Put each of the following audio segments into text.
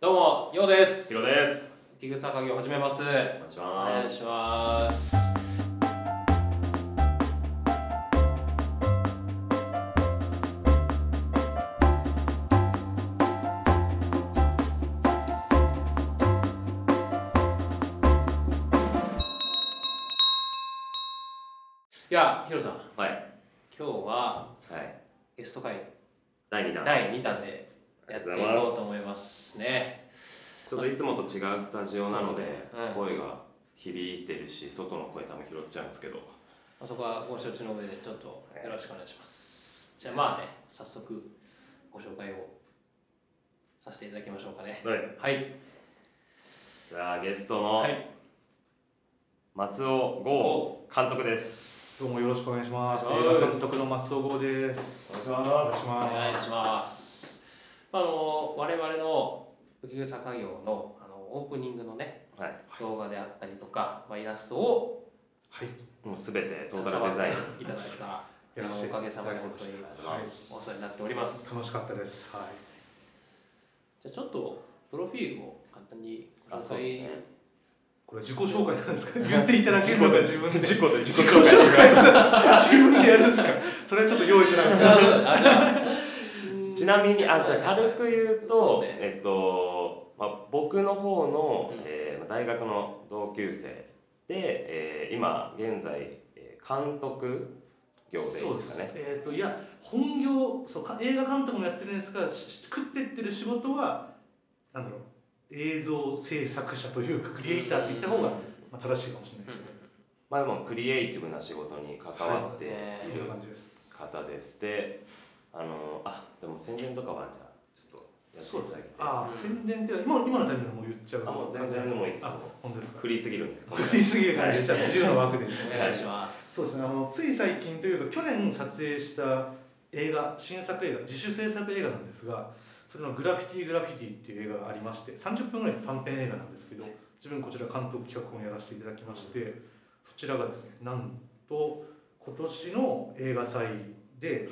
どうも、ようです。ひろです。菊草影を始めます。おお願いし願まいす。します。いや、ひろさん、はい。今日ははい。ゲスト会第2弾。第2弾でやっていこありがとうとうご思ざいいまますね。す。ちょっといつもと違うスタジオなので、そうねうん声が響いてるし、外の声多分拾っちゃうんですけど。あそこはご承知の上でちょっとよろしくお願いします。じゃあまあね、早速ご紹介をさせていただきましょうかね。はい。はい。じゃあゲストはのい。松尾剛監督です。どうもよろしくお願いします。お願映いします画監督の松尾剛です。お願いしお願まいしおま願いします。あの、我々の浮草作業のあのオープニングのね、はい。動画であったりとか、まあ、イラストをもうすべてトータルデザイン。携わっていただいたす。やらせていただきまおかげさまで本当にはい。お世話になっております。楽しかったです。はい。じゃあちょっとプロフィールを簡単にごあ紹そう介ですねこれ自己紹介なんですか。言っていただけるのが自分で。自己で自自己己紹介し紹介する。自分でやるんですか。それはちょっと用意しなかっあた。あじゃあちなみにあじゃあ軽く言うそうと、ねえっとまあ、僕の方の、うんえー大学の同級生で、えー今現在えー監督業でいいですかね。えっ、といや本業そうか映画監督もやってるんですがし食ってってる仕事はなんだろう映像制作者というかクリエイターって言った方が、まあ、正しいかもしれないですね。まあでもクリエイティブな仕事に関わっていうんそんなる感じです。方です。で、あのあでも宣伝とかはじゃあちょっとやっていただいて。ああ、宣伝って今今のタイミングでもう言っちゃう。あもう全然もういいですあ本当ですか。フリーすぎるんで。振りすぎる感じでじゃあ自由の枠で。お願いします。そうですねあのつい最近というか去年撮影した映画新作映画自主制作映画なんですがそれの「グラフィティ・グラフィティ」っていう映画がありまして30分ぐらいの短編映画なんですけど自分こちら監督脚本をやらせていただきまして、そちらがですねなんと今年の映画祭で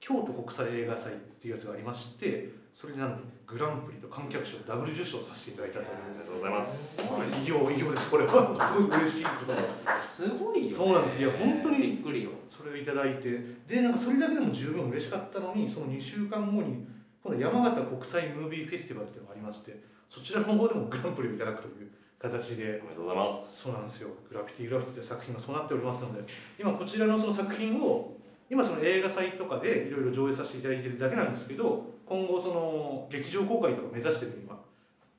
京都国際映画祭っていうやつがありましてそれでなんとグランプリと観客賞ダブル受賞させていただいたというありがとうございます。偉業偉業ですこれはすごく嬉しいことですすごいよ、ね。そうなんですいや本当にびっくりよ。それをいただいてでなんかそれだけでも十分嬉しかったのにその2週間後に今度山形国際ムービーフェスティバルっていうのがありましてそちらの方でもグランプリをいただくという形おでめでとうございます。そうなんですよグラフィティグラフィティという作品がそうなっておりますので今こちらのその作品を今その映画祭とかでいろいろ上映させていただいてるだけなんですけど今後その劇場公開とか目指してる今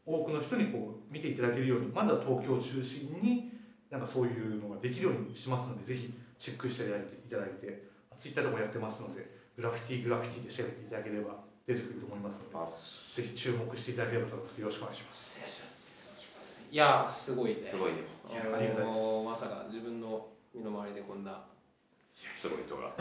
多くの人にこう見ていただけるようにまずは東京を中心になんかそういうのができるようにしますのでぜひチェックしていただいていただいてツイッターとかもやってますのでグラフィティグラフィティで調べていただければ出てくると思いますのあでぜひ注目していただければと思いますよろしくお願いしますいやーすごいね。すごいよ。いやありがたいですもうまさか自分の身の回りでこんな。すごい人が。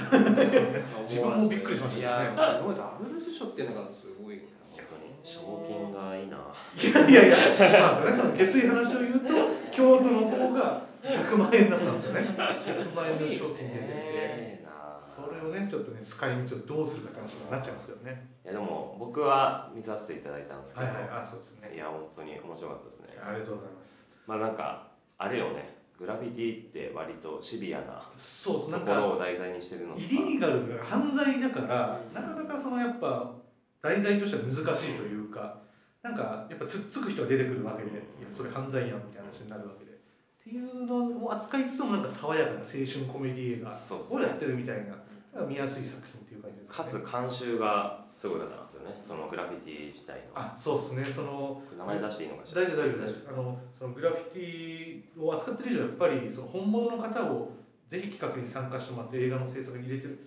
自分もびっくりしましたいねやーすごいダブル受賞っていうのがすごいね。本当に賞金がいいな。いやいやいやそうなんですよねその下水話を言うと京都の方が100万円だったんですよね100万円の賞金ですねええな。それをねちょっとね使い道をどうするかって話になっちゃうんですけどねいやでも僕は見させていただいたんですけはど、いはいあそうですいねや本当に面白かったですねありがとうございますまあなんかあれよねグラフィティって割とシビアなそうですなとんころかを題材にしてるのとイかリーガルが犯罪だからうんなかなかそのやっぱ題材としては難しいというかなんかやっぱつっつく人が出てくるわけでいやそれ犯罪やんみたいな話になるわけでっていうのを扱いつつもなんか爽やかな青春コメディ映画そうですをねやってるみたいな見やすい作品っていう感じですかねつ監修がすごい方なんですよねそのグラフィティ自体のあそうですねその名前出していいのかしら大丈夫大丈夫大丈夫あのそのグラフィティを扱ってる以上やっぱりその本物の方をぜひ企画に参加してもらって映画の制作に入れてる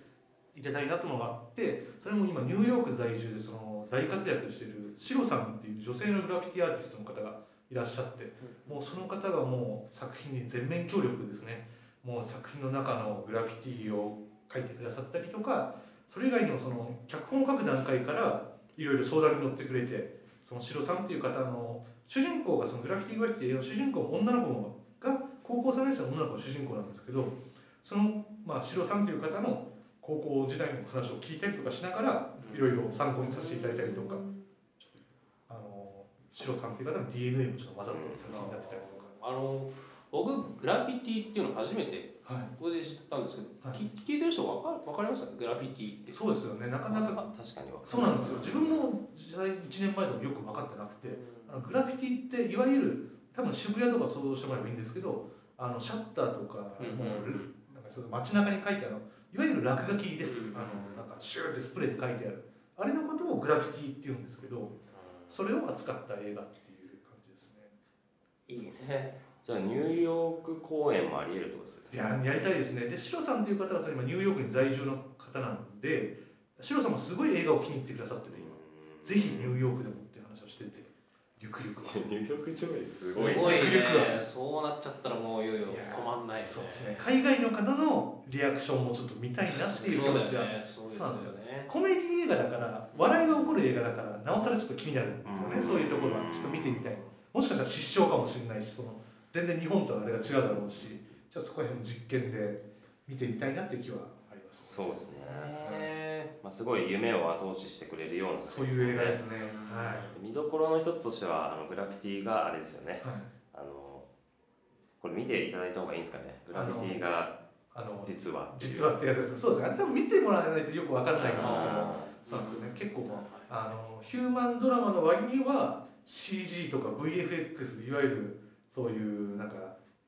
入れたいなというのがあってそれも今ニューヨーク在住でその大活躍してるシロさんっていう女性のグラフィティアーティストの方がいらっしゃってもうその方がもう作品に全面協力ですねもう作品の中のグラフィティを書いてくださったりとかそれ以外にもその脚本を書く段階からいろいろ相談に乗ってくれてそのシロさんっていう方の主人公がそのグラフィティグラフィティの主人公の女の子が高校3年生の女の子の主人公なんですけどその、まあ、シロさんという方の高校時代の話を聞いたりとかしながらいろいろ参考にさせていただいたりとか、あのシロさんっていう方の DNA もちょっと混ざってる作品になってたりとか、あの僕グラフィティっていうの初めてはここで知ったんですけど、はいき聞いてる人わかわかりますグラフィティってい、そうですよねなかなか確かにわかるそうなんですよ自分も実際1年前ともよく分かってなくてあのグラフィティっていわゆる多分渋谷とか想像してもらえばいいんですけどあのシャッターとかもうんうんうなんかその街中に書いてあるいわゆる落書きです、うんあのなんかシューってスプレーで書いてあるあれのことをグラフィティって言うんですけどそれを扱った映画っていう感じですねいいねじゃあニューヨーク公演もあり得るってことですねいややりたいですねでシロさんという方がそれ今ニューヨークに在住の方なんでシロさんもすごい映画を気に入ってくださってて今ぜひニューヨークでもっていう話をしててゆくゆくは ニューヨーク上映すごねいね迫そうなっちゃったらもういよいよいやー止まんないよねそうですね海外の方のリアクションもちょっと見たいなっていう気持ちそうは、だよねそうですよねコメディ映画だから笑いが起こる映画だからなおさらちょっと気になるんですよね、うんそういうところはちょっと見てみたいもしかしたら失笑かもしれないしその全然日本とあれが違うだろうしちょっとそこら辺も実験で見てみたいなっていう気はありますそうですね、ねまあ、すごい夢を後押ししてくれるようなそういう映画ですねうんはい、見どころの一つとしてはあのグラフィティがあれですよねはい、あのこれ見ていただいた方がいいんですかねグラフィティがあの実はっていう実はってやつですねそうですねあれ多分見てもらわないとよく分からないと思うんですけどあそうなんですよね結構あのヒューマンドラマの割には CG とか VFX いわゆるそういうなんか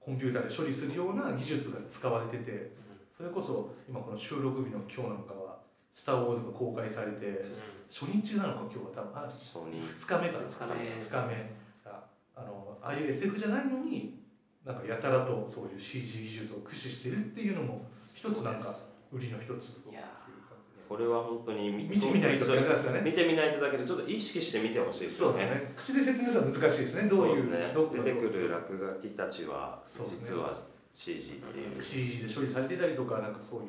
コンピューターで処理するような技術が使われててそれこそ今この収録日の今日なんかは「スター・ウォーズ」が公開されて初日なのか今日は多分あー承認2日目かな2日目2日目ああのああいう SF じゃないのになんかやたらとそういう CG 技術を駆使してるっていうのも一つなんか売りの一つっていいう感やじですこれは本当に見見てみないとって感じなんですよね見てみないとだけどちょっと意識して見てほしいですそうよですねね。口で説明するのは難しいですね。どういそううですねどこが出てくる落書きたちはそうですね実は CG っていう、 CG で処理されていたりとかなんかそういう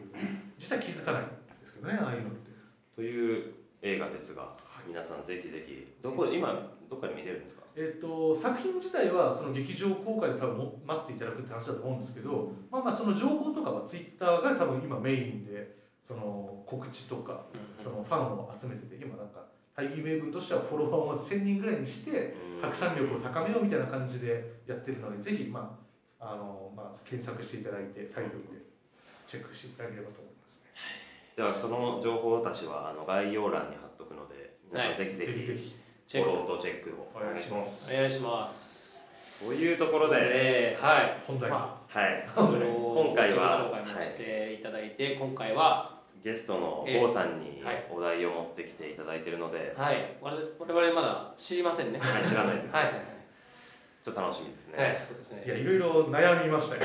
実際気づかないんですけどねああいうのって。という映画ですが皆さんぜひぜひどこ今どっかで見れるんですかえっと作品自体はその劇場公開で多分も待っていただくって話だと思うんですけど、まあまあその情報とかはツイッターが多分今メインでその告知とかそのファンを集めてて今なんか大義名分としてはフォロワーを1000人ぐらいにして。拡散力を高めようみたいな感じでやってるので、ぜひ、まああのまあ、検索していただいて、タイトルでチェックしていただければと思いますね。ではその情報たちはあの概要欄に貼っとくので皆さんぜひぜぜひぜひひチフェォッロクーとチェックをお願いします。お願いしますというところで、ではい本題、まはい、あ、今回自は己紹介もしていただいて、今回は、ゲストのええ郷さんにはいお題を持ってきていただいているので、はい、我々我々まだ知りませんね。はい知らないです、はい、ちょっと楽しみですね、はい、はい、そうですいね。や、いろいろ悩みましたよ。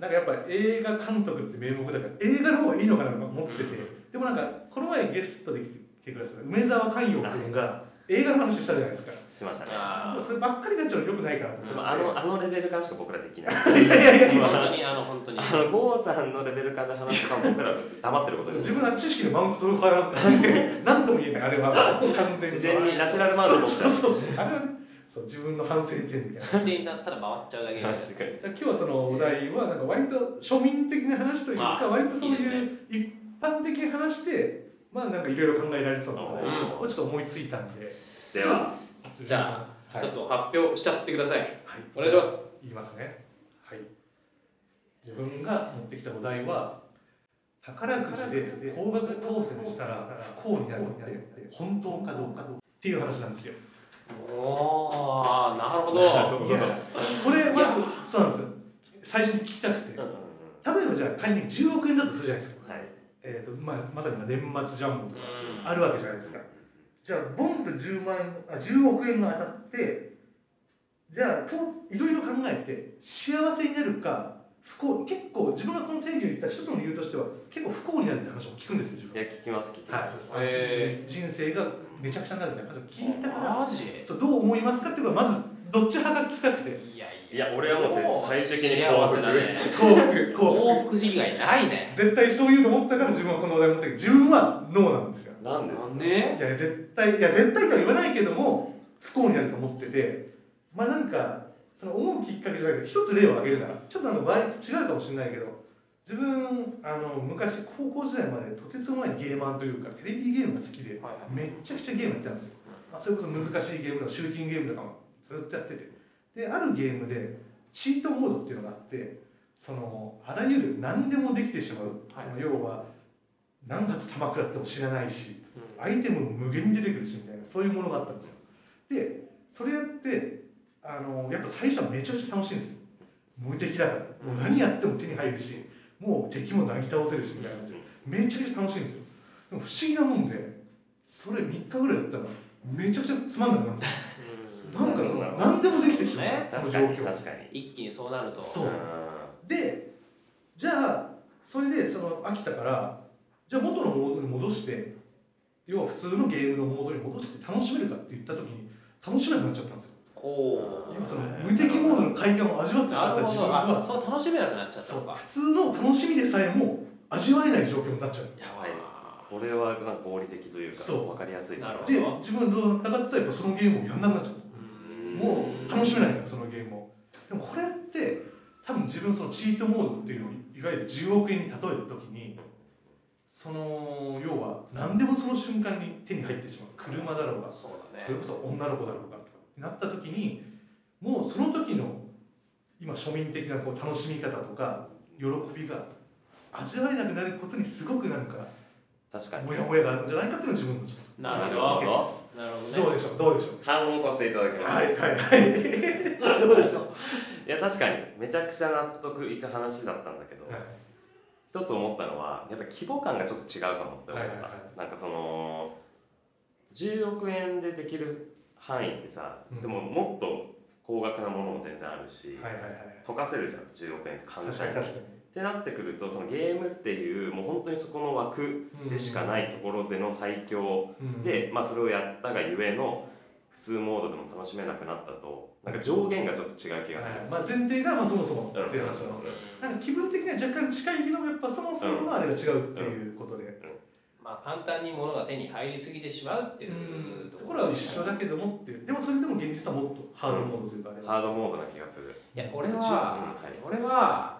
なんかやっぱり映画監督って名目だから、映画の方がいいのかなとか思ってて、うんでもなんか、この前ゲストで来てくださった梅沢寛陽君が映画の話したじゃないですか。しましたねあーそればっかりになっちゃうのよくないかなと思っでて。もあのあのレベル感しか僕らできないいやいやいや本当に、あの、本当 に。あの郷さんのレベル感で話すと僕ら黙ってることに自分は知識のマウント取るから 何とも言えないあれはもう完全自に然にナチュラルマウントしちゃそううそうそうあれはねそう自分の反省点みたいなだか聞いてになったら回っちゃうだけです。確かにら今日はそのお題はなんか割と庶民的な話というまあか割とそういいいですう一般的な話でまあなんかいろいろ考えられそうなお題うんをちょっと思いついたんでではじゃあ、はいちょっと発表しちゃってください。はいお願いします。言いますねはい自分が持ってきたお題は宝くじで高額当選したら不幸になるって本当かどうかっていう話なんですよおー、なるほなるど。ほどいやこれまいずそうなんですよ最初に聞きたくてうんうん例えばじゃあ仮に10億円だとするじゃないですか、うんはいえーとまあ、まさに今年末ジャンボとかうんあるわけじゃないですかじゃあボンと10万円あ10億円が当たってじゃあといろいろ考えて幸せになるか不幸結構自分がこの定義を言った一つの理由としては結構不幸になるって話も聞くんですよ自い分や聞きます聞きはまいす、へ人生がめちゃくちゃになるみたいな話を聞いたからマジそうどう思いますかっていうのはまずどっち派が聞きたくていやいいや俺はもう絶対的に幸幸福せだね。幸福幸福幸福以外ないね。絶対そう言うと思ったから自分はこのお題持ってる自分はノーなんですよなんでなんいでや絶対いや絶対とは言わないけども不幸になると思っててまあなんかその思うきっかけじゃないけど一つ例を挙げるならちょっとあの場合違うかもしれないけど自分あの昔高校時代までとてつもないゲーマーというかテレビゲームが好きではいはいめっちゃくちゃゲームやってたんですよ、まあ、それこそ難しいゲームとかシューティングゲームとかもずっとやっててであるゲームでチートモードっていうのがあってそのあらゆる何でもできてしまう、はいその要は何発弾食らっても知らないしアイテムも無限に出てくるしみたいなそういうものがあったんですよでそれやってあのやっぱ最初はめちゃくちゃ楽しいんですよ無敵だからもう何やっても手に入るしもう敵もなぎ倒せるしみたいな感じでめちゃくちゃ楽しいんですよでも不思議なもんでそれ3日ぐらいやったらめちゃくちゃつまんなくなるんですよなんかその何でもできてしまうねこの確状かに況確かに一気にそうなるとそうでじゃあそれでその飽きたからじゃあ元のモードに戻して要は普通のゲームのモードに戻して楽しめるかって言った時に楽しめなくなっちゃったんですよこうんう要はその無敵モードの快感を味わってしまなったるほ自分どあはそう楽しめなくなっちゃったそのうか普通の楽しみでさえも味わえない状況になっちゃうやばいこれはなんか合理的というかそう分かりやすいなるほどで自分どうなったかって言ったらやっぱそのゲームをやんなくなっちゃううんもう楽しめないからそのゲームをでもこれって多分自分そのチートモードっていうのをいわゆる10億円に例えた時にその要は何でもその瞬間に手に入ってしまう車だろうがそうだねそれこそ女の子だろうがってなった時にもうその時の今庶民的なこう楽しみ方とか喜びが味わえなくなることにすごくなんか確かにモヤモヤがあるんじゃないかっていうのが自分のちょなるなほるどほなるほっどとどうねでしょうどうでしょう反論させていただきます、、はいいはいはいどうでしょうや確かにめちゃくちゃ納得いく話だったんだけど、一つ思ったのはやっぱ規模感がちょっと違うかもって思った、はいはいはなんかその10億円でできる範囲ってさ、うんでももっと高額なものも全然あるし、はいはいはい溶かせるじゃん10億円って簡単にっ確かてなってくるとそのゲームっていうもう本当にそこの枠にでしかないところでの最強、うんで、まあ、それをやったがゆえの普通モードでも楽しめなくなったとなんか上限がちょっと違う気がするは、いまあ、前提がまあそもそもっていう話なのうんなんか気分的には若干近いけどやっぱそもそものあれが違うっていうことで、まあ簡単に物が手に入りすぎてしまうっていうところは一緒だだけどもっていうでもそれでも現実はもっとハードモードというかあれは、ハードモードな気がするいや俺うんははい俺は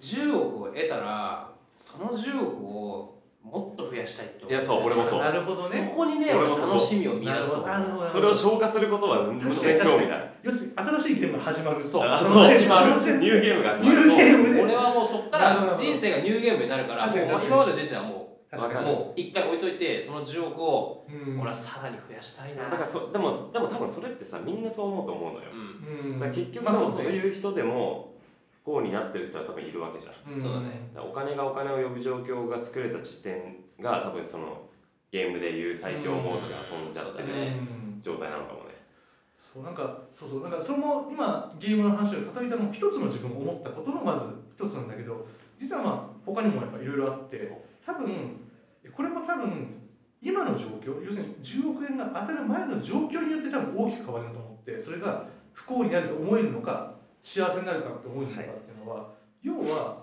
10億を得たらその10億をもっと増やしたいって思いやそう俺もそうなるほどそねこにね俺もそう楽しみを見な出るすほとどなるほどそれを消化することは無確かに限興味ない要するに新しいゲームが始まるそうあそそううの始まるそのニューゲームが始ニまュるーゲームで俺はもうそっかなるほどら人生がニューゲームになるから確かにもう確か今にまでの人生はも確うかにもう一回置いといてその10億をうん俺はさらに増やしたいなだからそでもでも多分それってさみんなそう思うと思うのよ、うんうんだから結局まあそうそそううねいう人でも不幸になってる人は多分いるわけじゃんだかんそうだねらお金がお金を呼ぶ状況が作れた時点が多分そのゲームでいう最強モードで遊んじゃってうんるねうん状態なのかもねそうなんかそうそうなんかそれも今ゲームの話を例えたのも一つの自分が思ったことのまず一つなんだけど実はまあ他にもやっぱいろいろあって多分これも多分今の状況要するに10億円が当たる前の状況によって多分大きく変わるなと思ってそれが不幸になると思えるのか幸せになるかって思えるのかっていうのは、要は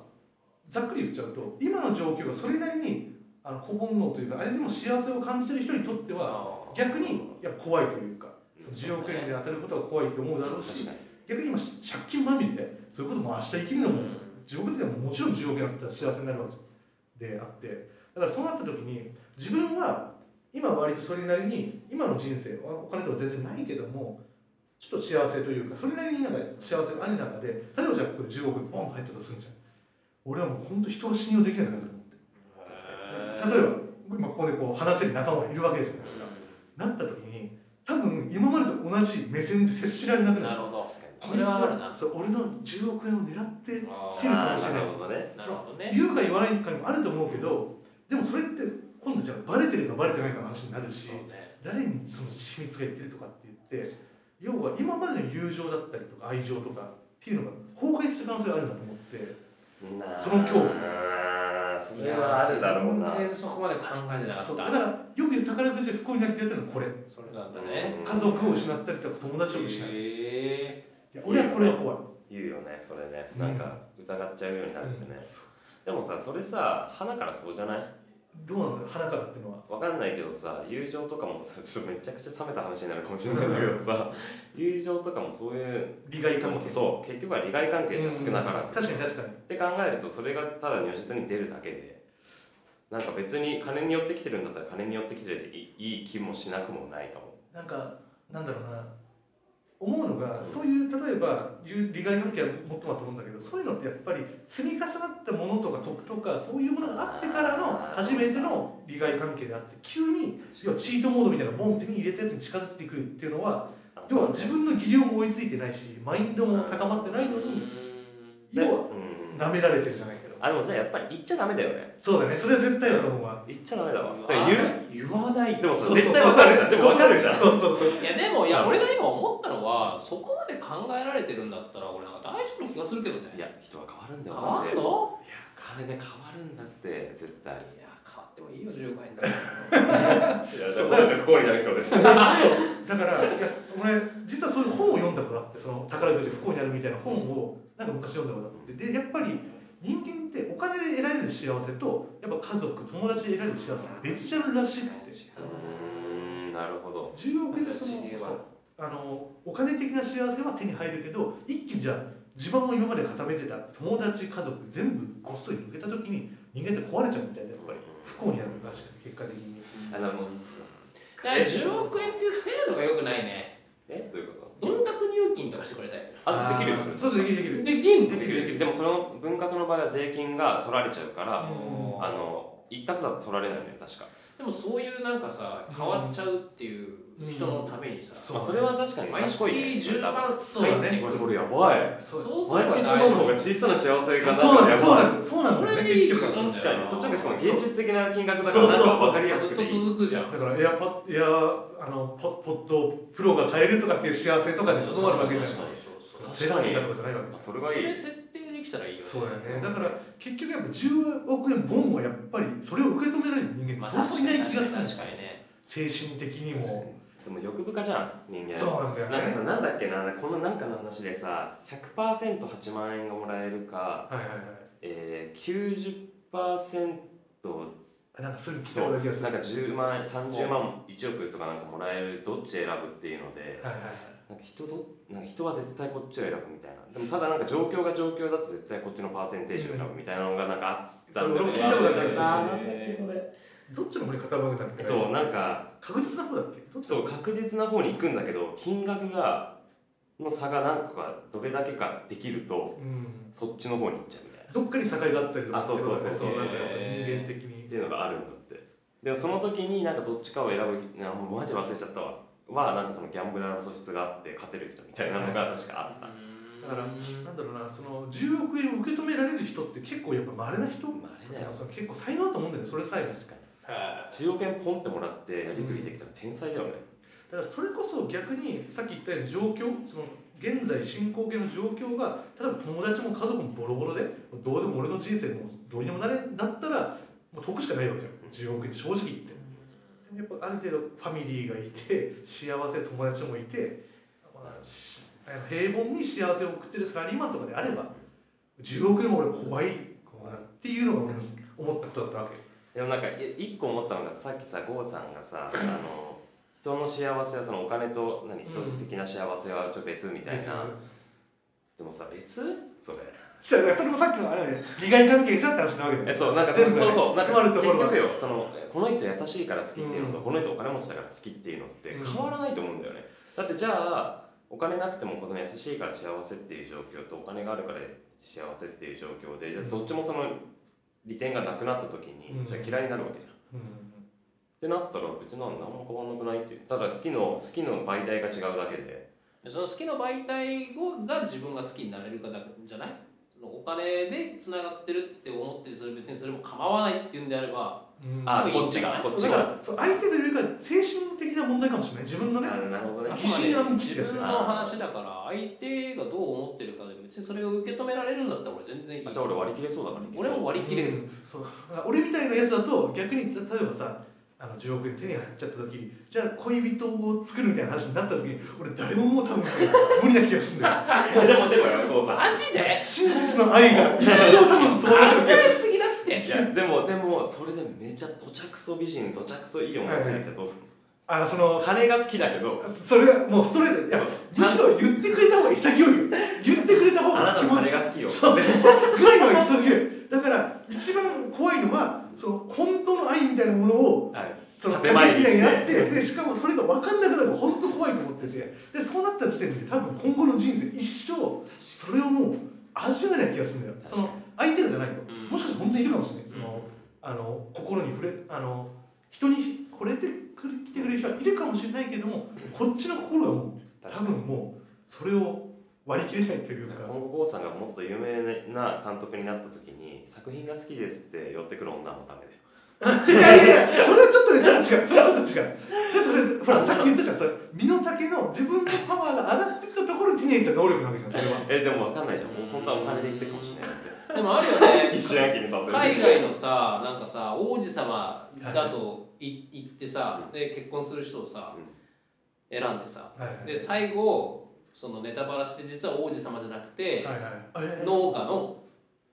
ざっくり言っちゃうと今の状況がそれなりにあの小煩悩というかあれでも幸せを感じてる人にとっては逆にやっぱ怖いというかその10億円で当たることが怖いと思うだろう確しかに逆に今借金まみれでそれこそもう明日生きるのうもん10億円でももちろん10億円あったら幸せになるわけであってだからそうなった時に自分は今割とそれなりに今の人生はお金とか全然ないけどもちょっと幸せというかそれなりになんか幸せがある中で例えばじゃあこれ10億円ボン入ったとするじゃん俺はもう本当人を信用できなくなると思って例えば今ここでこう話せる仲間がいるわけじゃないですかなった時に多分今までと同じ目線で接しられなくななるるほどこそいつれはあるなそう俺の10億円を狙ってセルフあかもしーれななるいほどねなるほどね言うか言わないかにもあると思うけどでもそれって今度じゃあバレてるかバレてないかの話になるしそうね誰にその秘密が言ってるとかって言って要は今までの友情だったりとか愛情とかっていうのが崩壊する可能性があるんだと思ってなあその恐怖あーそれはあるだろうな全然そこまで考えてなかそっうただからよく言う宝くじで不幸になるってやったのはこれそれなんだね家族を失ったりとか友達を失ういへや俺はこれが怖い言うよねそれねうんなんか疑っちゃうようになるってね、うんでもさそれさ花からそうじゃないどうなんだろう花からっていうのはわかんないけどさ友情とかもさちょっとめちゃくちゃ冷めた話になるかもしれないんだけどさ友情とかもそういう利害で関も係そう結局は利害関係じゃん少なからず、確かに確かにって考えるとそれがただ如実に出るだけでなんか別に金に寄ってきてるんだったら金に寄ってきてるでいいい気もしなくもないかもなんかなんだろうな思うののが、そういう例えばいう利害関係はもっとだと思うんだけどそういうのってやっぱり積み重なったものとか得とかそういうものがあってからのあー初めての利害関係であって急に要はチートモードみたいなボンって手に入れたやつに近づいてくるっていうのは要は自分の技量も追いついてないしマインドも高まってないのに要はうん舐められてるじゃないけどあでもじゃあやっぱり言っちゃダメだよねそうだねそれは絶対だと思うわ言っちゃダメだわだだかからら言言うう言わないよでもそさうそう絶対わかるじゃんでもわかるじゃんそうそうそういやでもいやうん俺が今思ったのはそこまで考えられてるんだったら俺なんか大丈夫な気がするけどねいや人は変わるんだ変よわんの金で金で変わるんだって絶対いや変わってもいいよ15円だからいや そうなると不幸になる人ですだからいや俺実はそういう本を読んだことあってその宝くじで不幸になるみたいな本をなんか昔読んだことあってでやっぱり人間ってお金で得られる幸せとやっぱ家族友達で得られる幸せって別ジャンルらしくてうーんなるほど10億円でそそのうそうあのお金的な幸せは手に入るけど一気にじゃあ地盤を今まで固めてた友達家族全部ごっそり抜けた時に人間って壊れちゃうみたいなやっぱり不幸になるらしくて結果的にあのもうだから10億円っていう制度が良くないねえどういうこと分割入金とかしてくれたよあできるよそれそうそうできるできるで銀できるできるでもその分割の場合は税金が取られちゃうから、うんあの一括だと取られないのよ確か、でもそういうなんかさ変わっちゃうっていう人のためにさ、うんまあ、それは確かに毎月賢いね10万入ってくそうだねるそれやばいそうそうすれ毎ば大月丈10万の方夫が小さな幸せかなそうなんだやばいよそうなんだよそうなんだよそれねでいい結局はよ確かにそっちの方がしかも現実的な金額だかそうらなんか分かりやずすっくとていい続くじゃんだからエアパエアあのポポッドプロが買えるとかっていう幸せとかでとどまるわけじゃないそうそうそうセラーニーとかじゃないわけあでそれそがいいれ設定できたらいいよねすそうだよねだから結局やっぱ10億円ボンはやっぱりそれを受け止められる人間まっあてそうそういない気がするんだよ確かにね精神的にもでも欲深じゃん人間そうなんだよねなんかさなんだっけなこのなんかの話でさ 100%8 万円がもらえるか、はいはいはえー、90%いなんかそういう聞いたことある気がするなんかはい10万円30万1億とかなんかもらえるどっち選ぶっていうのではいはいなんか人どなんか人は絶対こっちを選ぶみたいなでもただなんか状況が状況だと絶対こっちのパーセンテージを選ぶみたいなのがなんかあったんだよねそれ俺も聞いたことあるあーそれなんだっけそれどっちの方に傾けたんだっけそうなんか確実な方だっけどっちそう確実な方に行くんだけど金額がの差が何個かどれだけかできるとうんそっちの方に行っちゃうみたいなどっかに境があったりとかあそうそうそうそうなんか人へ間ー的にっていうのがあるんだってでもその時になんかどっちかを選ぶなもうマジ忘れちゃったわはなんかそのギャンブラーの素質があって勝てる人みたいなのが確かあった、だだからなんだろうなその10億円を受け止められる人って結構やっぱ稀な人まああれだよその結構才能だと思うんだよねそれさえが確かに10億円ポンってもらってやりくりできたら天才だよね、だからそれこそ逆にさっき言ったように状況その現在進行形の状況が例えば友達も家族もボロボロでどうでも俺の人生もどうにでもなれなったらもう得しかないわけじゃん10億円って正直言ってやっぱある程度ファミリーがいて幸せ友達もいて、まあし平凡に幸せを送ってるサラリーマンとかであれば10億円も俺怖い怖いなっていうのが俺の思ったことだったわけでもなんかい一個思ったのがさっきさ郷さんがさあの人の幸せはそのお金と何人的な幸せはちょっと別みたいな、でもさ別それ そうだからそれもさっきのあれだね利害関係じゃんって話なわけだえよそうなんか全部そうそうなん詰まかるところが結局よそのこの人優しいから好きっていうのと、うんこの人お金持ちだから好きっていうのってうん変わらないと思うんだよね、だってじゃあお金なくてもこの優しいから幸せっていう状況とお金があるから幸せっていう状況でじゃあどっちもその利点がなくなった時に、うんじゃあ嫌いになるわけじゃんうんってなったら別に何も変わんなくないっていうただ好きの好きの媒体が違うだけでその好きな媒体が自分が好きになれるかだけじゃないそのお金でつながってるって思ってそれ別にそれも構わないっていうんであればうんあもういいこんっじちゃながいこっそうちだかがらそう相手というよりか精神的な問題かもしれない自分のあねなるほど あねくま疑心で暗鬼っ自てやつ分ねの話だから相手がどう思ってるかで別にそれを受け止められるんだったら俺全然いいあじゃあ俺割り切れそうだからいけそう俺も割り切れる、うんそうだから俺みたいなやつだと逆に例えばさあの10億円手に入っちゃった時じゃあ恋人を作るみたいな話になった時に俺誰ももう多分無理な気がするんだ よ でもでもよ郷さんマジで真実の 愛が一生多分考そうなる気がえすぎだっていやでもでもそれでめちゃ土着そ美人土着そいい女ついてどうすんあそのの金が好きだけどそれがもうストレートいやむしろ言ってくれた方が潔いよ言ってくれた方あながた気の持金ちが好きよそうそうそうぐらいの急ぎだから一番怖いのンはその本当の愛みたいなものをはいその建前にみたいになってでしかもそれが分かんなくなるのが本当怖いと思っててでそうなった時点で多分今後の人生一生それをもう味わえない気がするんだよその相手がじゃないの、うんもしかして本当にいるかもしれないその、うんあの心に触れあの人に惚れてくれ来てくれる人はいるかもしれないけれどもこっちの心がもう多確か分にもうそれを割り切れないというか今後郷さんがもっと有名な監督になった時に作品が好きですって寄ってくる女のためでいやいやいやそれはちょっとねちょっと違うそれはちょっと違うだってそれほらさっき言ったじゃんそれ身の丈の自分のパワーが上がってったところに手に入った能力なわけじゃんそれはえでも分かんないじゃんもう本当はお金で行ってるかもしれないってでもあるよね 疑心暗鬼にさせる海外のさなんかさ王子様だとい言ってさうで結婚する人をさうん選んでさはいはいで最後そのネタバラして実は王子様じゃなくてはいはいえー農家の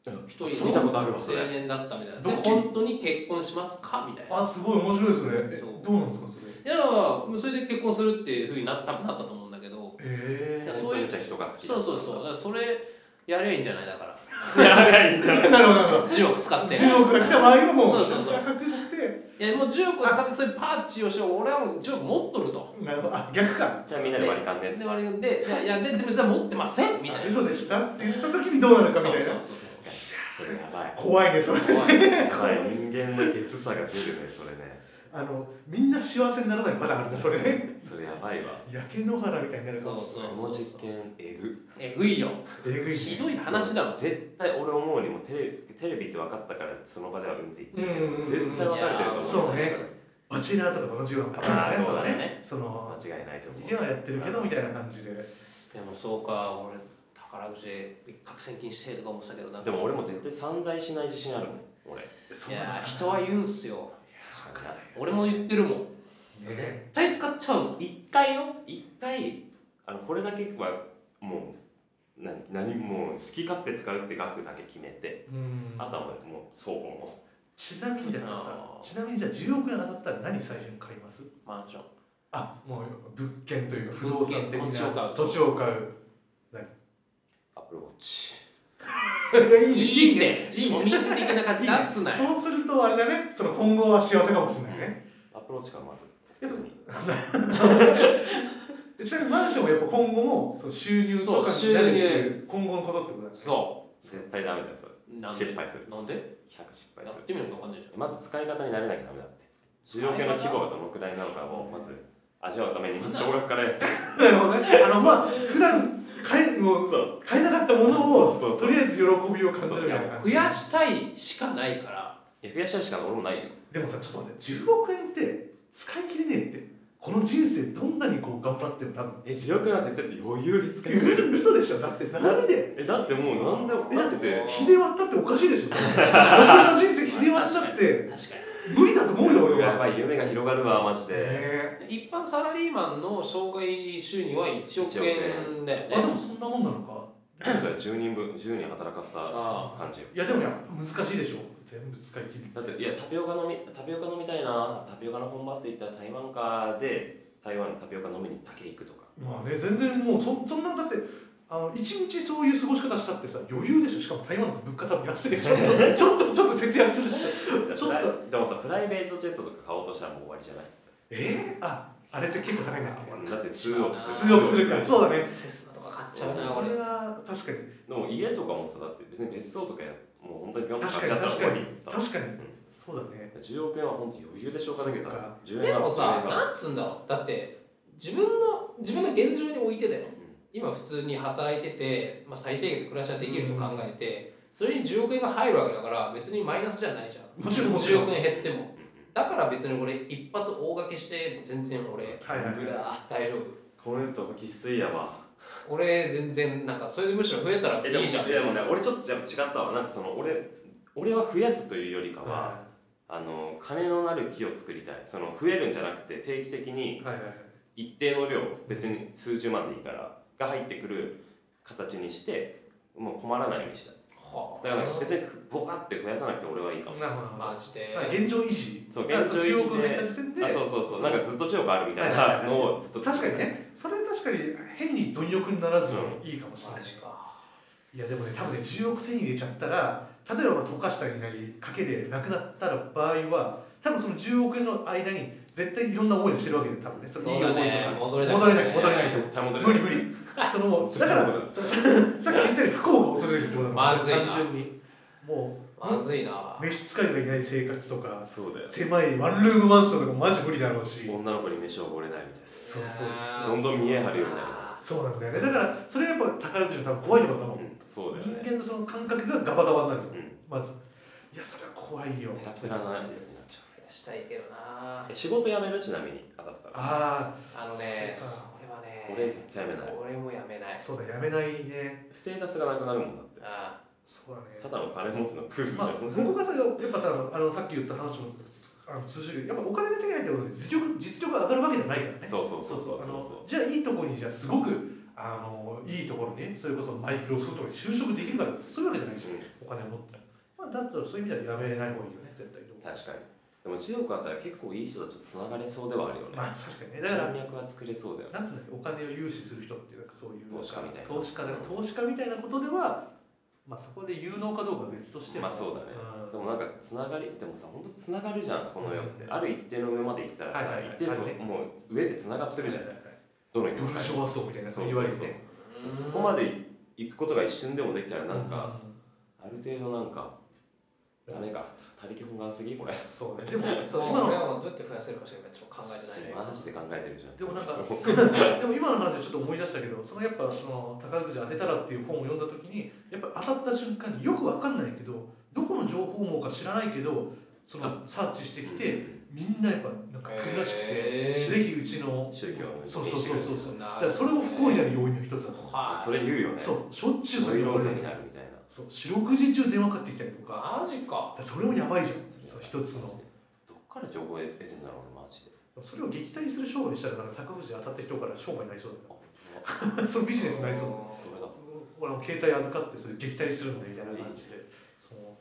一一人見たことあのるわ青それ年だったみたいなドでッキリ本当に結婚しますかみたいなあすごい面白いですねえそうどうなんですかそれいやだからそれで結婚するっていうふうになった多分なったと思うんだけどいえや本そう当いうにじゃあ人が好きそうそうそうだからそれやりゃいいんじゃないだからうやばいじゃんえなるほどなるほど10億使って10億が来た場合はもうそうひそうたそすうら隠していやもう10億使ってそういうパーチをして俺はもう10億持っとるとなるほどあ逆かじゃあみんなで割り勘でっつってで割り勘でいやいやででも実は持ってませんみたいな嘘でしたって言った時にどうなるかみたいなそうそう確かにそれやばい怖いねそれそう怖いやばい人間のゲスさが出るねそれねあのみんな幸せにならないパターンあるねそれねそれやばいわ焼け野原みたいになるかそうもそうそそのう実験えぐえぐいよえぐいねひどい話だもん絶対俺思うにもテレテレビって分かったからその場ではうんって言ってるけどうんうんうん絶対分かれてると思うそうねバチェラーとかこの10番あーそうだねその間違いないと思う今はやってるけどみたいな感じででもそうか俺宝くじで一攫千金してとか思ってたけどなでも俺も絶対散財しない自信あるもん俺そいうやなんだ人は言うんすよ確か俺も言ってるもん絶ね対使っちゃうもんに一回よ一回あのこれだけはもう何何もう好き勝手使うって額だけ決めてうんあとはもうもう相互もちなみにだからさあーちなみにじゃあ10億円当たったら何最初に買いますマンションあもう物件というか不動産的な物件土地を買う土地を買うアップルウォッチい いいっねて庶民的な感じ出すなよそうするとあれだねその今後は幸せかもしれないねアップルウォッチからまず普通にでちなみにマンションはやっぱ今後もその収入とかそうになるっていう今後のことってことだねそ絶対ダメだよそれうなんで失敗するなんで100失敗やすっるてみないと分かんないじゃんまず使い方に慣れなきゃダメだって需要系の規模がどのくらいなのかをまず味わうためにまず小学からやってなるほどね。あの、まあ、普段買え、もう、そう買えなかったものを、そうそうそうとりあえず喜びを感じるいみたいなや感増じ。やしたいしかないからいや増やしたいしか俺もないよでもさ、ちょっと待って、10億円って使い切れねえって。この人生どんなにこう頑張っても多分。え10億円は絶対余裕で使える嘘でしょだって、なんでえだってもう何でもえだっててひで割ったっておかしいでしょ僕の人生ひで割ったって確か無理だと思うよ、俺やは。ねばい夢が広がるわマジでえ。に一般サラリーマンの生涯収入は1億円だよねあ、でもそんなもんなのか。だから10人分10人働かせたあ感じよいや、でもやっぱ難しいでしょ全部使い切る。だっていやタピオカ飲みタピオカ飲みたいなタピオカの本場って言ったら台湾かで台湾にタピオカ飲みにだけ行 くとかまあね、全然もうそそんなだってあの一日そういう過ごし方したってさ余裕でしょしかも台湾の物価多分安いでしょちょっとち ょっと節約するでしょだちょっからでもさプライベートジェットとか買おうとしたらもう終わりじゃないえー、ああれって結構高いんだっけだって数億数億するからそうだねセスナとか買っちゃうなそ俺れは確かにでも家とかもさだって別に別荘とかやもう本当にピョンと確買かっちゃっにたら終わ確かにりだ確かにんそうだね10億円は本当に余裕で消化できたそうらか10で円はもさ10円はなんつうんだろうだって自分の自分の現状においてだよ今普通に働いてて、まあ、最低限の暮らしはできると考えて、それに10億円が入るわけだから別にマイナスじゃないじゃんもちろんもちろ10ん億円減ってもうんうんだから別に俺一発大掛けして全然俺はいはいブラ大丈夫この人生粋やわ俺全然なんかそれでむしろ増えたらえでもいいじゃんいやでもね俺ちょっとやっぱ違ったわなんかその俺俺は増やすというよりかは、はあの金のなる木を作りたいその増えるんじゃなくて定期的いにはいはい一定の量別に数十万でいいからが入ってくる形にしてもう困らないようにしたいはあだから別にボカって増やさなくて俺はいいかも、なるほどなるほマジでど、まあ現状維持そうだから現状維持で10億入った時点であそうそうそうなんかずっと強くあるみたいはいはないはいのをずっと確かにねそれは確かに変に貪欲にならずういいかもしれなマいジかいやでもね多分ね10億手に入れちゃったら例えば溶かしたりなり賭けでなくなったら場合は多分その10億円の間に絶対いろんな思いをしてるわけで多分ねのいそういだ思いとねか戻れない戻れない戻れない絶対戻れな無い理無理そのだからそ のさっき言ったように不幸が訪れるってことなんですよまずいな単純にもまずいなう召使いがいない生活とかそうだよ狭いワンルームマンションとかマジ無理だろうし女の子に飯をおごれないみたいなそうそうあーどんどん見え張るようになるそうなんだよねだからそれがやっぱ宝くじの多分怖いところだと思ううんそうだよね人間のその感覚がガバガバになるうんまずいやそれは怖いよペラペラなやつになっちゃうしたいけどなえ仕事辞めるちなみに当たったらああのねそうかそれはね俺絶対辞めない俺もやめなあいそうだやめないねステータスがなくなるもんだってあそうだねただの金持ちのクズじゃんまあ、ここがさやっぱ多分あのさっき言った話もあの通じるけどやっぱお金が手に入ってことで実力実力が上がるわけじゃないからねそうそうそうそうそうそうあのじゃあいいところにじゃあすごくあのいいところにねそれこそマイクロソフトに就職できるからそういうわけじゃないじゃん、お金を持ったら、まあ、だったらそういう意味ではやめない方がいいよね絶対と確かにでも10億あったら結構いい人たちとつながれそうではあるよねまあ確かにねだから人脈は作れそうだよねなんつうんだっけお金を融資する人っていうなんかそういう投資家みたいな投資家だから投資家みたいなことではまあそこで有能かどうかは別としてまあそうだねうんでもなんかつながりでもさ本当つながるじゃんこの世って、うんある一定の上まで行ったらさ、はいはいはい一定数、あるねもう上でつながってるじゃんどの業ブル界ショワ層みたいなそういそわうゆるそうねーそこまで行くことが一瞬でもできたらなんか、ある程度なんかうんダメか他力本願すぎこれそうね でもそうそう今今の俺のはどうやって増やせるかしら今ちょっと考えてないねマジで考えてるじゃんでもなんかもでも今の話でちょっと思い出したけどそのやっぱその宝くじ当てたらっていう本を読んだ時にやっぱ当たった瞬間によくわかんないけどどこの情報網か知らないけどそのサーチしてきてみんなやっぱなんか来るらしくて、へーぜひうちの宗教のそうそうそうそうそうなるほどねだからそれも不幸になる要因の一つだとはそれ言うよねそうしょっちゅうそそうれいう言わロゼれるになるみたいなそう四六時中電話かかってきたりとかいマジかだからそれもやばいじゃんそう一つのどっから情報を得てんだろうねマジでそれを撃退する商売したらなんか宝くじ当たった人から商売になりそうあだよそのビジネスになりそうそれだ俺も携帯預かってそれ撃退するのみたいな感じで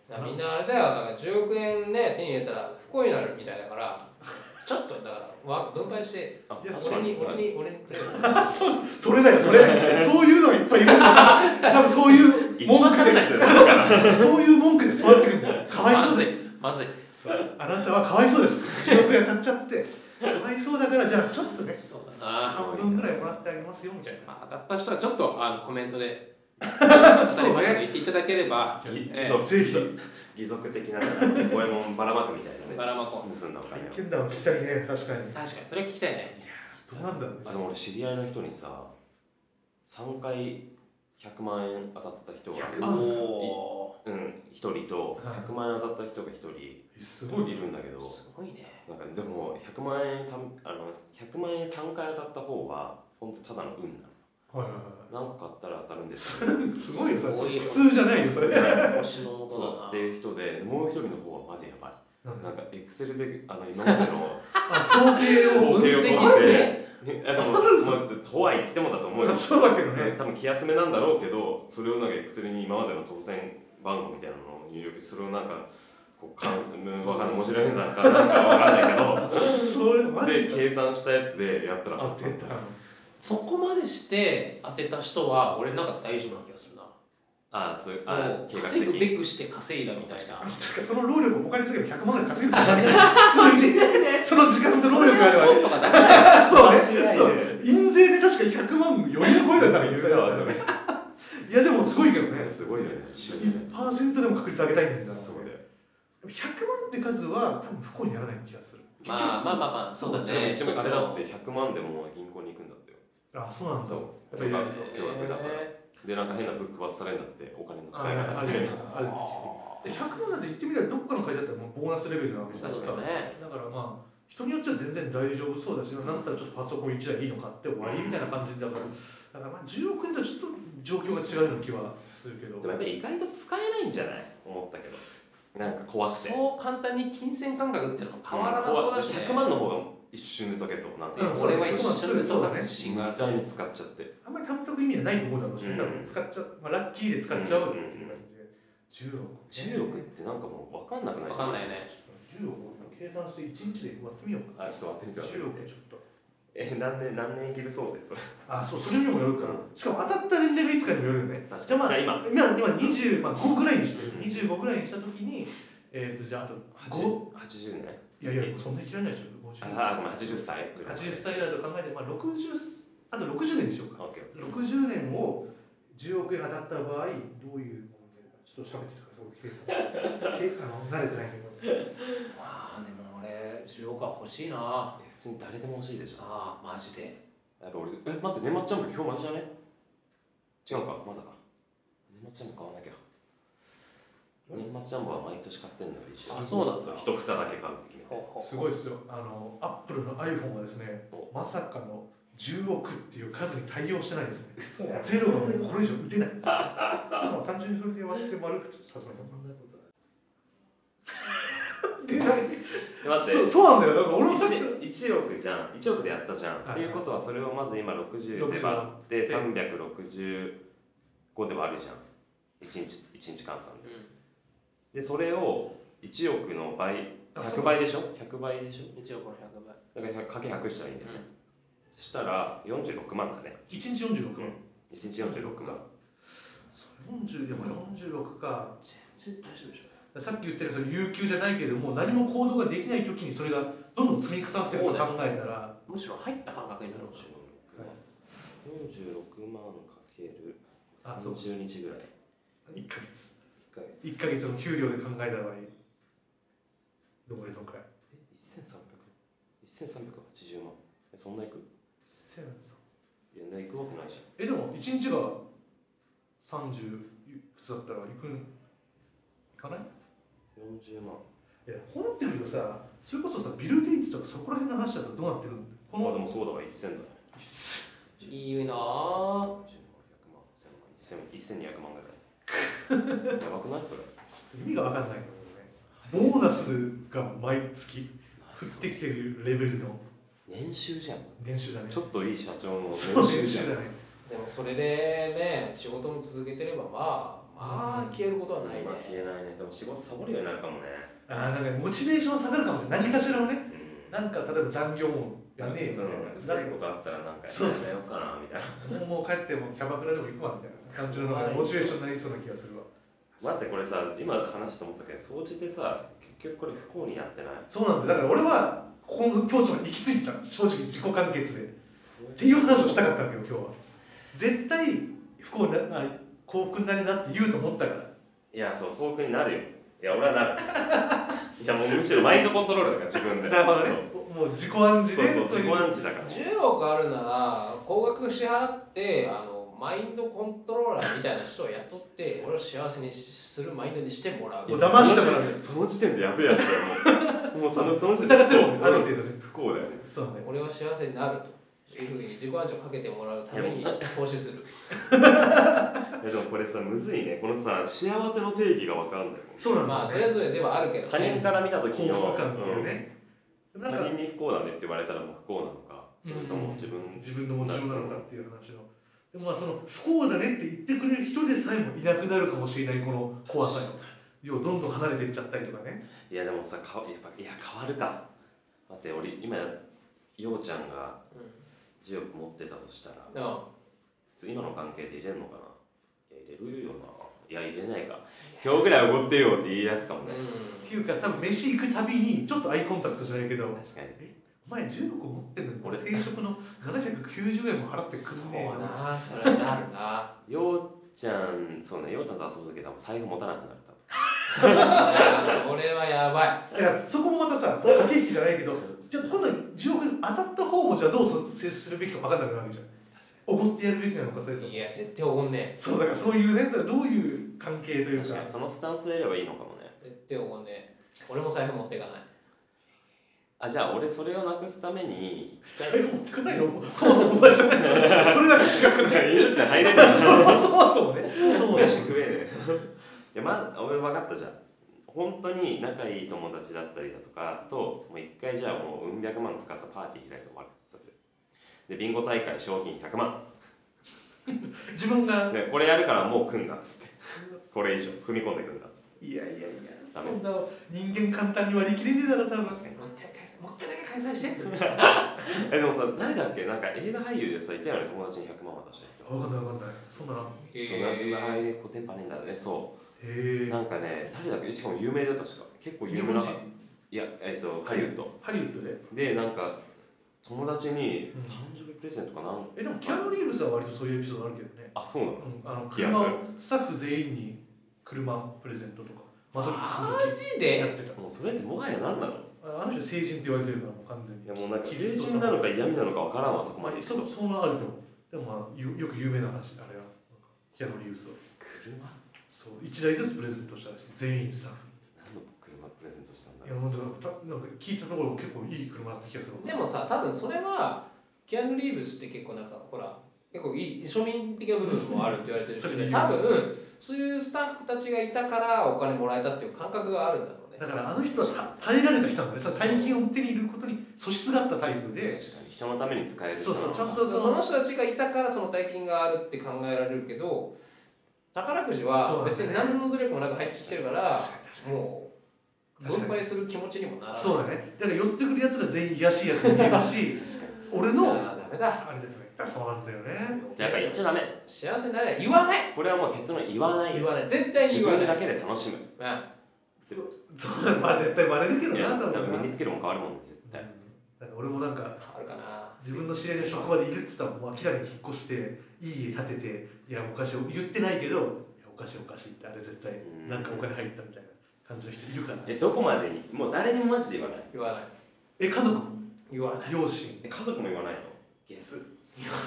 だからみんなあれだよだから10億円ね手に入れたら不幸になるみたいだからちょっとだからわ分配してあいや確か俺には俺いに俺にくれよあそうそれ だよそれそういうのがいっぱいいるんだよ多分そういう一文番句食べないで人そういう文句で育ってくんだよかわいそうまでずい まずいすあなたはかわいそうです仕事が当たっちゃってかわいそうだからじゃあちょっとねそうだな半分ぐらいもらってあげますよみたいなまあ、当たった人はちょっとあのコメント でそうね当たりましたと言っていただければぎええそうぜひ義足的な五右衛門 ばらまくみたいなねばらまこ盗んだお体金を験談を聞きたいね確かに確かにそれ聞きたいねどうなんだろうねあでも俺知り合いの人にさ3回100万円当たった人が100あ万おうん1人とはい100万円当たった人が1人えすいるんだけどーすごいね なんかでも100万円たあの100万円3回当たった方はほんとただの運なはいはの何個買ったら当たるんですいはいすごいよそれすごいよ普通じゃないよそれ推しのもそとうだなっていう人でもう一人の方はマジやばなんいかなんかエクセルであの今までのあ統計を統計を分析こうししててねで もまあとは言ってもだと思うよ そうだけどねね多分気休めなんだろうけどそれをなんかエクセルに今までの当選番号みたいなのを入力それをなんかこうかんうんわかんない文字連算かなんかわかんないそれマけジどかで計算したやつでやったらあ出たそこまでして当てた人は俺なんか大丈夫な気がするなああそういうあもう計画稼ぐ的べくして稼いだみたいな あつうかその労力を他にすれば100万円稼げるからその時その時間と労力があ ればねとかだそうね間違いないねそう印税で確か100万余裕超えるためにそれはそれいやでもすごいけどねすごいよね知らないパーセントでも確率上げたいんですそうだよ100万って数は多分不幸にならない気がするまあまあまあまあそうだちなねみにでもあれだって100万でも銀行に行くんだってよあそうなんだそうやっ巨ぱ額り巨額だからえでなんか変なブックバスされるんだってお金の使いああ方るでーあるで100万なんて言ってみればどっかの会社だったらもうボーナスレベルなわけじゃないですかそうだねだからまあ人によっちゃ全然大丈夫そうだし、なんだったらちょっとパソコン1台いいの買って終わりみたいな感じだから、だからまあ10億円とはちょっと状況が違うような気はするけど、でもやっぱり意外と使えないんじゃない思ったけどなんか怖くてそう簡単に金銭感覚っていうのも変わらなそうだしね100万の方が一瞬で溶けそうなんか、うん俺は一瞬でそ溶うだかねす自信があるからに使っちゃってあんまり単独意味はないと思うだろうし、うん多分使っちゃう、まあ、ラッキーで使っちゃうっていう感じで、10億、 10億ってなんかもう分かんなくないわかんないね10億、計算して1日で割ってみようか。あちょっと割ってみて10億ちょっと。え何年何年生きるそうでそれあそうそれにもよるかうら、んしかも当たった年齢がいつかにもよるよね確かにじゃあまあじゃあ今今今25、まあ、5ぐらいにしてうん25ぐらいにした時にえっ、とじゃああと5 80年いやいやそんなに切らないでしょあ50あごめん80歳ぐらい80歳ぐらいだと考えて、まあ、60あと60年にしようかオッケー60年を10億円当たった場合どういうものになるかちょっと喋ってるから僕計算けあの慣れてないけどまあでも俺10億は欲しいなあえ普通に誰でも欲しいでしょあマジでやっぱ俺え待って年末ジャンプ今日マジじゃね違うかまだか年末ジャンプ買わなきゃ年末ジャンプは毎年買ってんのよ一応あそうなんだ一房だけ買うって決めてほうほうすごいですよあのアップルの iPhone はですねまさかの10億っていう数に対応してないですね嘘ゼロはもうこれ以上打て ないまあ単純にそれで割って丸く立つのか出ない待ってそうそうなんだよなんか俺もさっき 1, 億じゃん1億でやったじゃん、はいっていうことはそれをまず今60で割って365で割るじゃん1日一日換算ででそれを1億の倍あそ100う倍でしょ100倍でしょ1億の100倍だから100かけ100したらいいんだよね、うそしたら46万だね1日46うん1日46万40でも46か全然大丈夫でしょさっき言ったようにその有給じゃないけれども何も行動ができない時にそれがどんどん積み重なっていくと考えたらむしろ入った感覚になるもんね46万かけるあそう30日ぐらい1ヶ月1ヶ月1ヶ月の給料で考えた場合どこでどんくらいえ1300 1380万えそんないくいやいくわけないじゃんえでも1日が30いくつだったら行くん行かない40万いやこうなってくるとさそれこそさビル・ゲイツとかそこら辺の話だとどうなってくるんだよこまあのでもそうだわ1000だねいいなあ10万100万1000万1200万ぐらいやばくないそれ意味が分かんないけどねボーナスが毎月降ってきてるレベルの年収じゃん年収だねちょっといい社長の年そう年収じゃ収んだねでもそれでね仕事も続けてればまあまあ消えることはないねまあ消えないねでも仕事サボるようになるかもねあーなんかねモチベーション下がるかもしれない何かしらのねうんなんか例えば残業もやんねえそのぞうみたざいいなことあったらなんかそうやめようかなみたいなもうもう帰ってもキャバクラでも行くわみたいな感じのなんかモチベーションになりそうな気がするわ待ってこれさ今話して思ったけど掃除ってさ結局これ不幸になってないそうなんだよだから俺はここの境地まで行き着いてた正直自己完結でっていうう話をしたかったわけよ今日は絶対不幸になあ幸福になるなって言うと思ったからいやそう幸福になるよいや俺はな るいやもうむしろマインドコントロールだから自分でなるほどねもう自己暗そ示うでそうそう自い己暗示だから10億あるなら高額支払ってあのマインドコントローラーみたいな人を雇って俺を幸せにしするマインドにしてもらうもう騙してもらうその時点でやべえやつだよもうもうそのその時点で疑ってるもんねあるうん程度ね不幸だよねそうね俺は幸せになるというふうに自己暗示をかけてもらうために投資するいやでもこれさむずいねこのさ幸せの定義が分かんないもんそうなんだよね、まあそれぞれではあるけど他人から見た時幸の福感っていうね、うんでもなん他か人に不幸だねって言われたらもう不幸なのかそれとも自分自分の持ち物なのかっていう話のでもまあその不幸だねって言ってくれる人でさえもいなくなるかもしれないこの怖さよ要はどんどん離れていっちゃったりとかねいやでもさかやっぱいや変わるか待って俺今ようちゃんが10億持ってたとしたらうんうん普通今の関係で入れるのかないや入れるよないや入れないか今日ぐらいおごってよって言いやすかもねっていうか多分飯行くたびにちょっとアイコンタクトじゃないけど確かにお前10億持ってんのにこれ俺定食の790円も払ってくそんうねえよなそれはなるなようちゃんそうねようちゃんと遊ぶ時は多分財布持たなくなる多分俺はやばいだからそこもまたさ駆け引きじゃないけどじゃあ今度10億当たった方もじゃあどう接するべきか分かんなくなるわけじゃんおごってやるべきなのかそれともいや絶対怒んねそうだからそういうねだからどういう関係という確かかにそのスタンスでやればいいのかもねえ絶対怒んねえ俺も財布持っていかないあじゃあ俺それをなくすために財布持ってかないのそもそも問題じゃないですかそれなんか違くない飲食店入れそないしもそもそもねそも飯そも食えねえいやまあ俺分かったじゃん本当に仲いい友達だったりだとかともう一回じゃあもううん百万使ったパーティー開いて終わるそれででビンゴ大会賞金100万 自分がでこれやるからもう来んだっつってこれ以上踏み込んでくんだっつっていやいやいやダそメんな人間簡単に割り切れねえだろ多分もう一回返すもう一回だけ開催してってえでもさ誰だっけなんか映画俳優でさいたよね友達に100万渡した人分かんない分かんないそんなのそうなんかああいうコテンパねえんだねそへうなんかね誰だっけしかも有名だったしか結構日有名本な人いやえっ、とハリウッドハリウッドででなんか友達にうん誕生日プレゼントかなんえでもキャノリーブスは割とそういうエピソードあるけどね、あそうなのうん、あのキアヌ車をスタッフ全員に車プレゼントとかマトリックスのマジ時やっでてたもうそれってもはや何なのああの人成人って言われてるからもう完全にいやもうなんかキ成リスト人なのか嫌味なのかわからんわそこまで行くそとうそうなあると思うでもまあよよく有名な話あれはキアノリーブスは車そう1台ずつプレゼントしたらしい全員スタッフ何の車プレゼントしたんだいやろう本当なんかたなんか聞いたところ結構いい車だった気がするでもさ多分それはキアヌ・リーブスって結構なんかほら結構いい庶民的な部分もあるって言われてるし、それで言う多分そういうスタッフたちがいたからお金もらえたっていう感覚があるんだろうねだからあの人はた耐えられた人なんだねさ大金を手に入れることに素質があったタイプで確かに人のために使えるそうそうちゃんそとうそそのの人たちがいたからその大金があるって考えられるけど宝くじは別に何の努力もなく入ってきてるから確かに確かにもう確分かに配する気持ちにもならないそうだねだから寄ってくるやつら全員癒やしいやつに見えるし俺じのゃあダメだあれだよねそうなんだよねじゃあやっぱ言っちゃダメ幸せになれない言わないこれはもう結論言わない言よわない絶対に自言わな分いだけで楽しむうんそうだまあ絶対バレるけどいやな多多分分な身につけるもん変わるもんね絶対なんか俺もなんか変わるかな自分の知り合いの職場でいるって言ったらもう明らかに引っ越していい家建てていやおかしい言ってないけどいやおかしいおかしいってあれ絶対うんなんかお金入ったみたいな感じの人いるからえどこまでにもう誰にもマジで言わない言わないえ家族言わない両親え家族も言わないのゲス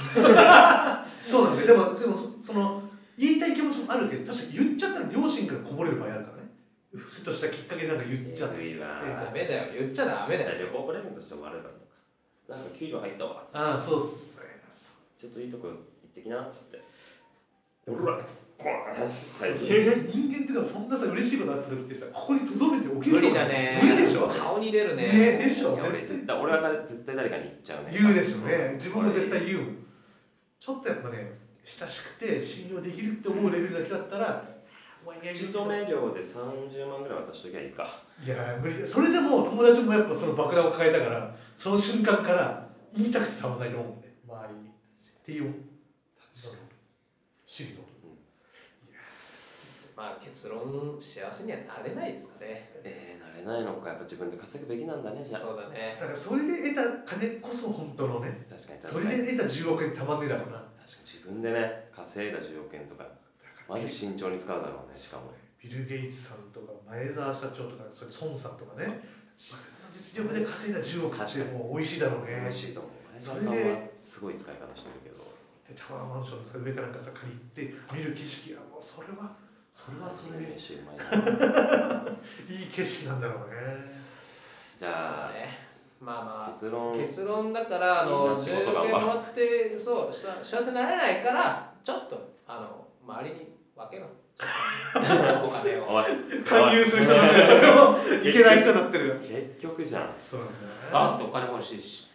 そうなんだよでもでもそその言いたい気持ちもあるけど確かに言っちゃったら両親からこぼれる場合あるからねふとしたきっかけでなんか言っちゃってえぐいわダメだよ言っちゃダメ旅だよ行プレゼントしてもらえばいいのかなんか給料入ったわつってああそうっすねちょっといいとこ行ってきなっつってうわポーンっつって入って人間ってでもそんなさ嬉しいことあった時ってさここに留めておけ無るの理かなだね無理でしょ顔に出るねねでしょいや俺絶対俺はだ絶対誰かに言っちゃうね言うでしょね自分も絶対言うもんちょっとやっぱね親しくて信用できるって思うレベルだけだったらお前中東名料で30万ぐらい渡しときゃいいかいや無理だそれでも友達もやっぱその爆弾を抱えたからその瞬間から言いたくてたまんないと思うんね周りにっていう確かに主義のまあ結論幸せにはなれないですかねえー、なれないのかやっぱ自分で稼ぐべきなんだねじゃあそうだねだからそれで得た金こそ本当のね確かに確そかにれで得た10億円たまんねえだろうなだか確かに自分でね稼いだ10億円とからまず慎重に使うだろうねしかもビル・ゲイツさんとか前澤社長とかそれ孫さんとかね自分の実力で稼いだ10億ってもう美味しいだろうね美味しいと思う前そ澤れでさんはすごい使い方してるけどでタワーマンションのさ上からなんかさ借りて見る景色はもうそれはそれはそれで飯うまいないい景色なんだろうねじゃそうねまああま結あ論結論だからあみんのな仕10事億頑円張もるらってそうし幸せになれないからちょっとあの周りに分けろお金を おい勧誘する人になってるそれもいけない人になってる結局じゃんそうなんだよねあっとお金欲しいし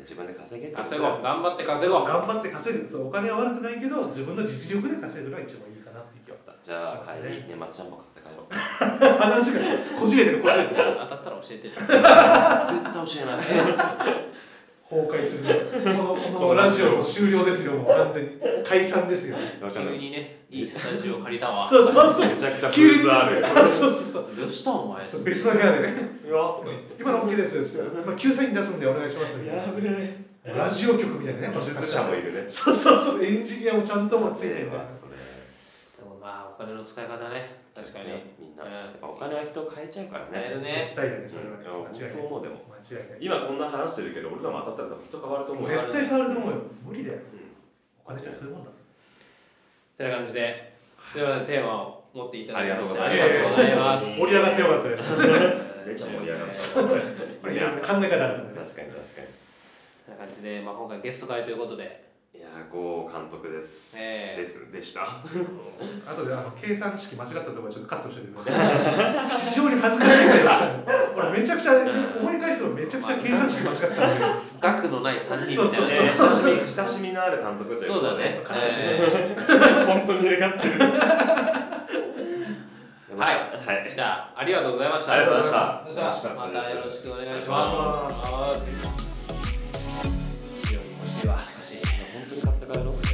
自分で稼げってこと稼ごう 頑張って稼ごう頑張って稼ぐそうお金は悪くないけど自分の実力で稼ぐのが一番いいかなっていうよかったじゃあ幸せ帰ねりに年末ジャンボ買って帰ろう話がこじれてるこじれてる当たったら教えてね絶対教えない崩壊するこのこのラジオも終了ですよもう完全に解散ですよ分かんな急いにねいいスタジオ借りたわそうそうそうめちゃくちゃ急にブーツあるあそうそうそうどうしたお前そう別の部屋でね今の OK ですっつって、まあ、救済に出すんでお願いしますみたいなラジオ局みたいなね技術者もいるねそうそうそうエンジニアもちゃんともうついてるえかえらわそれでもまあお金の使い方ね確かにみんなやっぱお金は人を変えちゃうから変えるねね絶対だねうんそれはねいや僕間違いそなう思いうでも間違いない今こんな話してるけど俺らも当たったら多分人変わると思うよ絶対変わると思うよ無理だようお金ってそういうもんだてな感じですいませんテーマを持っていただきましてあありりががととううごございますすざいま盛り上がってよかったです 考んめちゃ盛り上がったこれえやばい方あるからね確かてに確かな感じで、まあ、今回ゲスト会ということでにいやー郷監督です、ええですでしたあとであの計算式間違ったとこ ろはちょっとカットしててください非常に恥ずかしい会話したんで俺めちゃくちゃ思い返すのめちゃくちゃ計算式間違ったんで額のない3人みたいなそうえねー親しみ親しみのある監督というそうだね、感じでえ本当に願ってるいはいはいじゃあありがとうございましたありがとうございましそれじゃあた楽しかまったですたよろしくお願いします。いや、欲しいわ。しかし、本当に買ったからロック